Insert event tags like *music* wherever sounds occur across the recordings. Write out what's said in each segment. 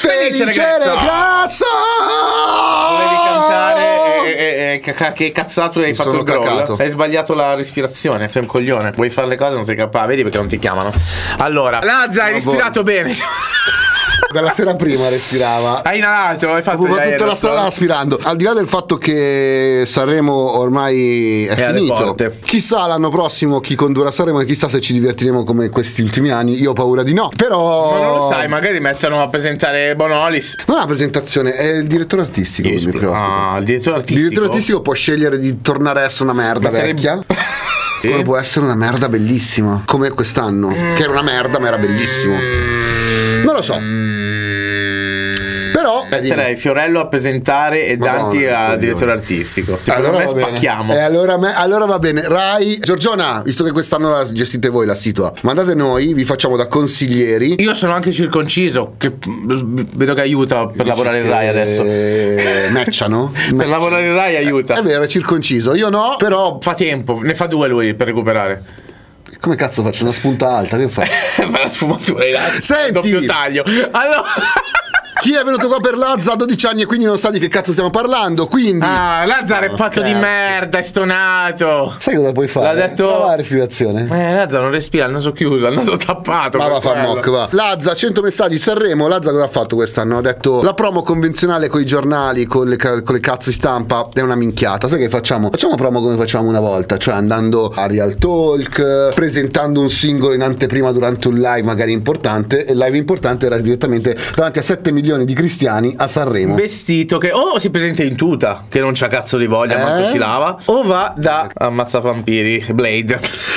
felice, ragazzo! Dovevi Oh! cantare e, e- e- ca- che cazzato hai Mi fatto sono il groll. cacato. Hai sbagliato la respirazione, sei un coglione. Vuoi fare le cose non sei capace, vedi perché non ti chiamano. Allora, boh. Lazza, hai Ma respirato bene. Dalla sera prima respirava. *laughs* hai inalato, hai fatto Proprio gli tutta la aerosol. strada aspirando. Al di là del fatto che Sanremo ormai è, È alle finito, porte. chissà l'anno prossimo chi condurrà Sanremo e chissà se ci divertiremo come questi ultimi anni. Io ho paura di no. Però. Ma non lo sai, magari mettono a presentare Bonolis. Non è una presentazione, è il direttore artistico che mi preoccupa. Ah, il direttore Il artistico. direttore artistico può scegliere di tornare a essere una merda Ma sarebbe- vecchia. Sì. Come può essere una merda bellissima. Come quest'anno, Mm. che era una merda ma era bellissimo. Non lo so. Però. eh, dimmi. Metterei Fiorello a presentare e Madonna, Danti a coglione. direttore artistico. Secondo me va bene. spacchiamo. Eh, allora, me- allora va bene. Rai, Giorgiona, visto che quest'anno la gestite voi la situa, mandate noi, vi facciamo da consiglieri. Io sono anche circonciso, che vedo che aiuta per lavorare in Rai *laughs* adesso. Eh, matchano? *laughs* Per lavorare in Rai aiuta. È vero, è circonciso. Io no, però. Fa tempo, ne fa due lui per recuperare. *laughs* Come cazzo faccio? Una spunta alta? Che fai? Fa la sfumatura in alto. Senti! Doppio taglio. *laughs* Allora. Chi è venuto qua per Lazza a 12 anni e quindi non sa di che cazzo stiamo parlando? Quindi. Ah, Lazzaro è No, patto di scherzo. merda, è stonato. Sai cosa puoi fare? L'ha detto- Prova la respirazione. Eh, Lazzaro non respira, il naso chiuso, il naso tappato. Ma va a per far quello. mock, va. Lazza, 100 messaggi, Sanremo. Lazza cosa ha fatto quest'anno? Ha detto la promo convenzionale con i giornali, con le, ca- con le cazzo di stampa, è una minchiata. Sai che facciamo? Facciamo promo come facciamo una volta, cioè andando a Real Talk, presentando un singolo in anteprima durante un live magari importante. E il live importante era direttamente davanti a 7 milioni di cristiani a Sanremo. Vestito che o si presenta in tuta, che non c'ha cazzo di voglia, Eh? manco si lava, o va da Ammazza Vampiri, Blade.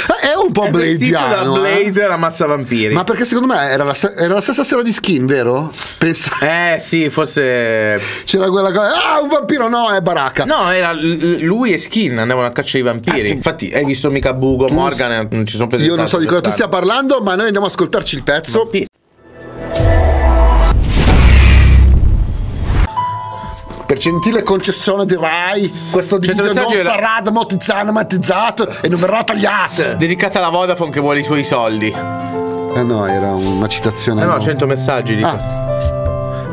Eh, È un po' È vestito da bladiano. eh. Blade, l'ammazza vampiri. Ma perché secondo me era la, st- era la stessa sera di skin, vero? Pensa- Eh sì, forse. C'era quella cosa. Ah, un vampiro no, è baracca. No, era l- lui e Skin andavano a caccia dei vampiri. Ah, Infatti, hai visto mica Bugo, Morgan, non ci sono Io presentati. non so di cosa tu stia quest'anno. parlando, ma noi andiamo a ascoltarci il pezzo. Pi- Per gentile concessione di Rai, questo Certo, video non messaggio era- sarà monetizzato e non verrà tagliato. Dedicata alla Vodafone che vuole i suoi soldi. Eh Eh no, era una citazione. no, no. 100 messaggi. dico. Ah.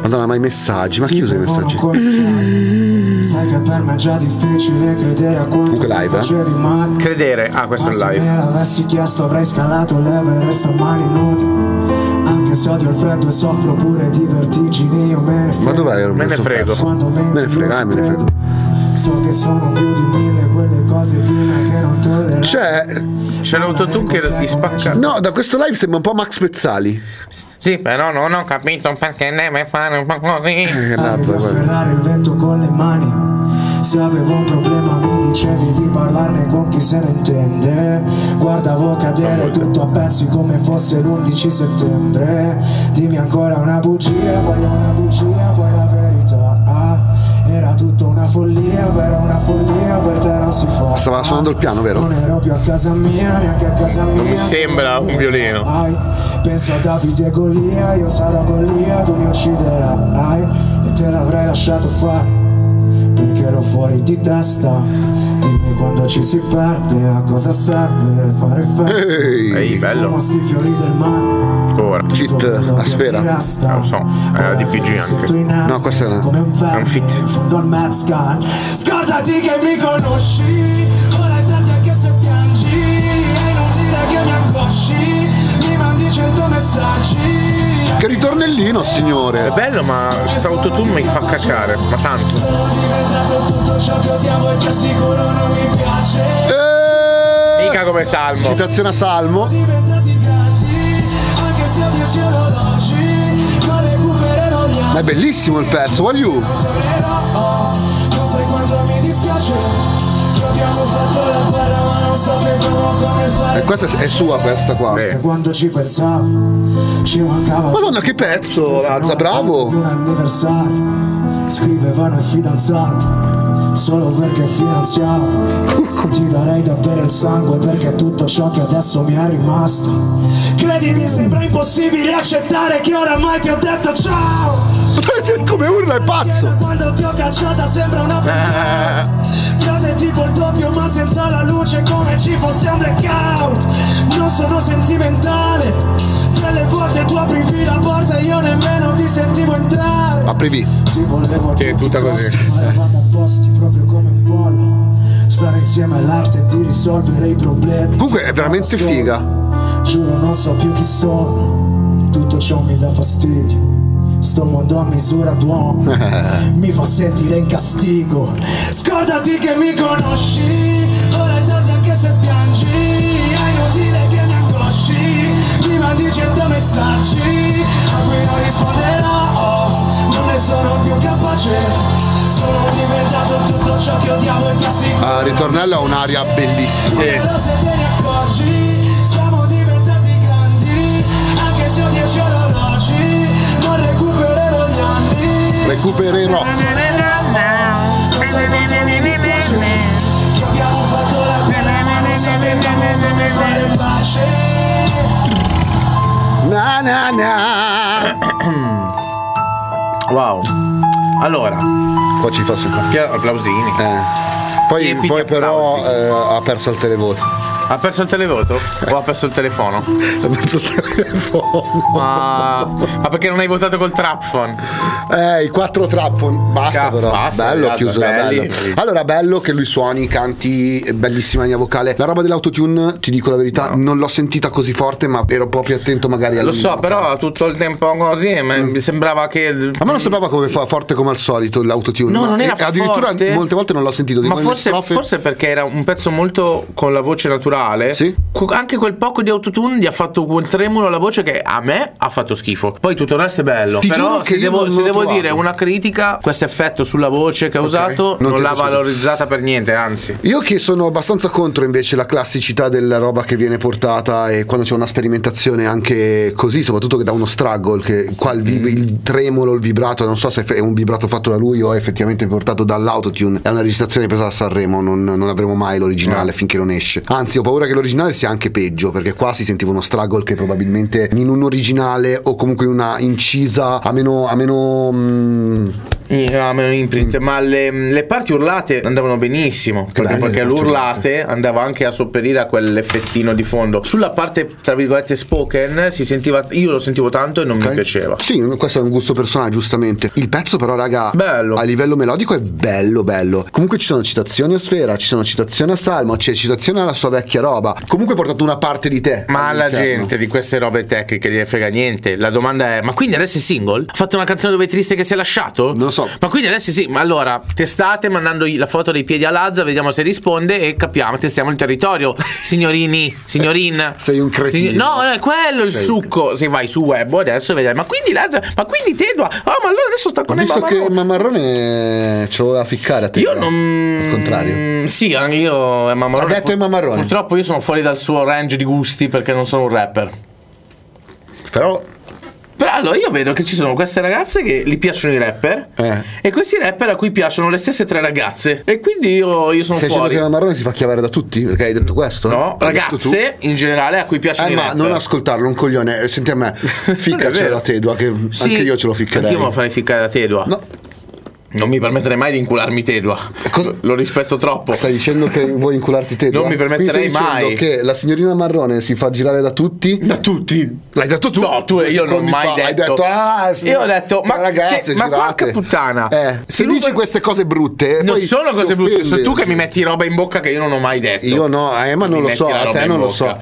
Madonna, ma i messaggi, ma chi usa i Buono messaggi? con i piani. Sai che per me è già difficile credere a quanto Comunque mi live, eh? facevi male. Credere. Ah, questo è Ma un se live. me l'avessi chiesto avrei scalato l'Everest a mani nude. Anche se odio il freddo e soffro pure di vertigini, io me ne frego. Ma dov'è? Me ne questo frego. pezzo? Quando menti Me ne frega, eh, io ti me ne credo. frega. So che sono più di mille quelle cose di me che non tollero. C'è. C'è l'autotune che ti spacca. No, da questo live sembra un po' Max Pezzali. Sì, però non ho capito perché deve fare un po' così. Eh, Avevo Lazza, a guarda. Ferrari il vento con le mani. Se avevo un problema mi dicevi di parlarne con chi se ne intende. Guardavo cadere tutto a pezzi come fosse l'11 settembre. Dimmi ancora una bugia, poi una bugia, poi la verità. Ah, Era tutta una follia, era una follia, per te non si fa. Stava suonando il piano, vero? Non ero più a casa mia, neanche a casa mia. Non mi sembra un violino. Ai, penso a Davide e Golia, io sarò Golia, tu mi ucciderai E te l'avrei lasciato fare, perché ero fuori di testa Dimmi quando ci si perde, a cosa serve fare festa Ehi, Ehi, Fumo bello. sti fiori del mare Ancora. Cheat a sfera. Eh, lo so, era di PG anche. No, questa era- Come un verme, è un fit. in fondo al Mets Gun. Scordati che mi conosci Ora è tardi anche se piangi È inutile che mi angosci Mi mandi cento messaggi Che ritornellino, signore. È bello, ma questo autotune mi fa cacare. Ma tanto. Sono diventato tutto ciò che odiavo e che sicuro non mi piace Eh, Mica come salmo. Citazione a Salmo. Diventati grandi, anche se avviaci orologi Non recupererò gli Ma è anni, bellissimo il pezzo, what you? non tornerò Non sai quanto mi dispiace Che abbiamo fatto la guerra ma non sapevamo come E fare Eh, questa è- è sua questa qua. Sì. Quando ci pensavo, ci mancava Madonna che pezzo, Lazza, Di bravo. un anniversario Scrivevano il fidanzato Solo perché finanziavo Ti darei da bere il sangue Perché tutto ciò che adesso mi è rimasto Credimi sembra impossibile accettare Che oramai ti ho detto ciao Cioè, Come urla, è pazzo. Eh. Da Quando ti ho cacciata sembra una puttana Grande tipo il doppio ma senza la luce Come ci fosse un blackout Non sono sentimentale Tre le volte tu aprivi la porta e io nemmeno ti sentivo entrare Capri V. Ti volevo a Sì, è tutti tutta i costi, così. ma eravamo opposti proprio come un polo. Stare insieme è l'arte di risolvere i problemi. Comunque è veramente Solo. figa. Giuro, non so più chi sono. Tutto ciò mi dà fastidio. Sto mondo a misura d'uomo. mi fa sentire in castigo. Scordati che mi conosci. Ora è tardi anche se piangi. È inutile che mi angosci. Mi mandi cento messaggi. A cui non risponderò. Non ne sono più capace. Sono diventato tutto ciò che odiavo e ti assicuro. Ah, il ritornello ha un'aria bellissima. Sì. Però se te ne accorgi, siamo diventati grandi, anche se ho dieci orologi, non recupererò gli anni. Recupererò. Lo sai quanto mi dispiace che abbiamo fatto la guerra ma non sapevamo come fare pace. Na na na. Wow. Allora, Poi ci fa sempre. Pia- applausini. Eh. Poi, Riempiti poi di però applausi. eh, ha perso il televoto. Ha perso il televoto? O ha perso il telefono? Ha perso il *laughs* telefono. Ma, ma perché non hai votato col trap phone? Eh, i quattro trappon. Basta Cazzo, però. basta, bello, ragazzi, chiuso, belli, bello. belli. Allora, bello che lui suoni, canti, eh, bellissima linea vocale. La roba dell'autotune, ti dico la verità, non l'ho sentita così forte, ma ero proprio attento magari alla Lo linea so, vocale. però tutto il tempo così ma mi sembrava che. A me non sembrava come fa- forte come al solito l'autotune. No, ma- non era e Addirittura forte. molte volte non l'ho sentito. Ma dico, nelle forse, strofe- forse perché era un pezzo molto con la voce naturale. Sì. Cu- Anche quel poco di autotune gli ha fatto quel tremulo alla voce che a me ha fatto schifo. Poi tutto il resto è bello. Ti giuro Però che se io devo, non se l'ho devo trovato. dire una critica, questo effetto sulla voce che ha usato non non, ti è l'ha piaciuto. valorizzata per niente, anzi. Io che sono abbastanza contro invece la classicità della roba che viene portata e quando c'è una sperimentazione anche così, soprattutto che da uno struggle, che qua il, vib- il tremolo, il vibrato, non so se è un vibrato fatto da lui o è effettivamente portato dall'autotune, è una registrazione presa da Sanremo, non, non avremo mai l'originale finché non esce. Anzi, ho paura che l'originale sia anche peggio, perché qua si sentiva uno struggle che probabilmente in un originale o comunque in una incisa a meno... A meno mm, I- ah, meno imprint, ma le, le parti urlate andavano benissimo perché, belle le perché parti l'urlate andava anche a sopperire a quell'effettino di fondo. Sulla parte tra virgolette spoken si sentiva, io lo sentivo tanto e non mi Ok? piaceva. Sì, questo è un gusto personale, giustamente. Il pezzo, però, raga, Bello. a livello melodico è bello, bello. Comunque ci sono citazioni a Sfera, ci sono citazioni a Salmo, c'è citazione alla sua vecchia roba. Comunque hai portato una parte di te. Ma alla all'interno. gente di queste robe tecniche gliene frega niente. La domanda è: ma quindi adesso è single? Ha fatto una canzone dove è triste che si è lasciato? Non lo so. Ma quindi adesso sì. Ma allora, testate mandandogli la foto dei piedi a Lazza, vediamo se risponde e capiamo, testiamo il territorio. Signorini, signorin. *laughs* Sei un cretino. Sign- no, no, è quello il Sei un succo. Se vai su web adesso e vedrai, ma quindi Lazza, ma quindi Tedua. Ah, ma allora adesso sta Ho con visto Emma che Marrone. Mammarrone ce lo voleva ficcare a te. Io però. non. Al contrario. Sì, anche io Emma Marrone. Ha detto Emma Marrone. Purtroppo io sono fuori dal suo range di gusti perché non sono un rapper. Però. Però allora io vedo che ci sono queste ragazze che gli piacciono i rapper Eh. e questi rapper a cui piacciono le stesse tre ragazze. E quindi io, io sono Stai dicendo fuori. che Mammarrone si fa chiavare da tutti? Perché hai detto questo? No, L'hai detto tu? ragazze in generale a cui piacciono Eh, i ma rapper. non ascoltarlo, un coglione. Eh, Senti a me, *laughs* Non è ficcacela vero. la Tedua, che Sì, anche io ce lo ficcherei. Anch'io me lo farei ficcare da Tedua. No, Eh, Non mi permetterei mai di incularmi Tedua. cosa- Lo rispetto troppo. Stai dicendo che vuoi incularti te? Non Dua? mi permetterei Quindi stai dicendo mai. che la signorina Marrone si fa girare da tutti. Da tutti. L'hai detto tu? No, tu Due io non ho secondi mai fa. detto. Hai detto, ah, sì, io ho detto, tra ma, ragazze, se, ma girate." porca puttana. Eh, Se se lui dici per- queste cose brutte, eh, Non poi sono si cose brutte, sei offende. tu che mi metti roba in bocca che io non ho mai detto. Io no, a Emma Mi non lo metti so, la a roba te in non lo so. bocca.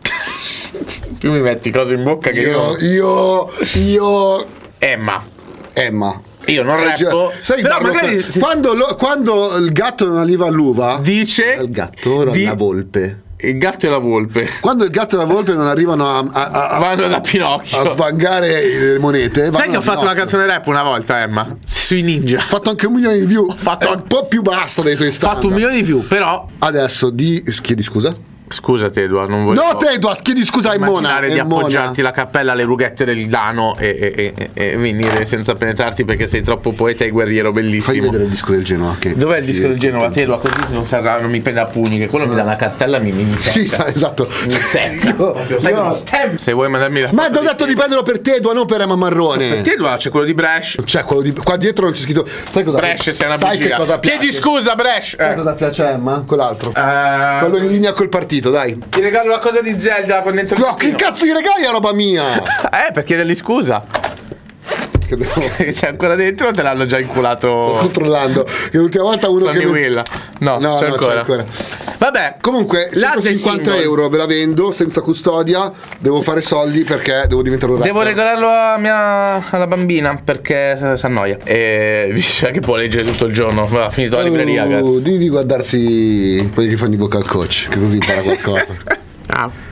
tu mi metti cose in bocca che io. Io, io, io, Emma. Emma. Io non Eh, già, rappo. sai, però Barlo, magari si- quando, lo- quando il gatto non arriva all'uva, dice. il gatto ora di- la volpe. Il gatto e la volpe. Quando il gatto e la volpe non arrivano a, a- a- a- Vanno da Pinocchio. a svangare le monete. Sai Ah, vanno che ho a fatto una Pinocchio. canzone rap una volta, Emma? Sui ninja. Ho fatto anche un milione di view. fatto- È un po' più bassa dei tuoi Ho standard. fatto un milione di più, però. Adesso di chiedi scusa. Scusate, Eduardo, non voglio. No, te Edua, chiedi scusa a Mona. immaginare di è Mona. appoggiarti la cappella alle rughette del Dano e, e- e- e- e venire senza penetrarti perché sei troppo poeta e guerriero Fai bellissimo. vedere il disco del Genoa. Che Dov'è il sì, disco del Genova? Te lo così se non, sarà, non mi prende a pugni, che quello mi dà una cartella e mi, mi secca. *laughs* Sì, sa- esatto. Mi secca. Io- Proprio, sai, io- uno stem. Se vuoi mandarmi la Ma foto ti ho detto di prenderlo per te, Edua, non per Emma Marrone. Te Eduardo, c'è quello di Bresh. Cioè, quello di. Qua dietro non c'è scritto. Sai cosa Bresh, sei una Sai che bugia. cosa piace? Chiedi scusa, Bresh. Sai Eh. cosa piace a Emma? Quell'altro. Eh, Quello in linea col partito, dai. Ti regalo la cosa di Zelda con dentro il No, che cestino. *laughs* cazzo di regali è roba mia? Eh, per chiedergli scusa. che devo... Che c'è ancora dentro o te l'hanno già Sto *laughs* inculato? controllando. Che l'ultima volta uno Sonny che. mi- Will. No, no, c'è, no, ancora. c'è ancora. Vabbè, Comunque, Lazio è 150 single. euro ve la vendo senza custodia. Devo fare soldi perché devo diventare un rapper. Devo regalarlo a mia, alla bambina perché si annoia. E *laughs* dice che può leggere tutto il giorno. Ha finito la libreria. Oh, cazzo. *laughs* di, di guardarsi quelli che fanno i vocal coach, che così impara qualcosa.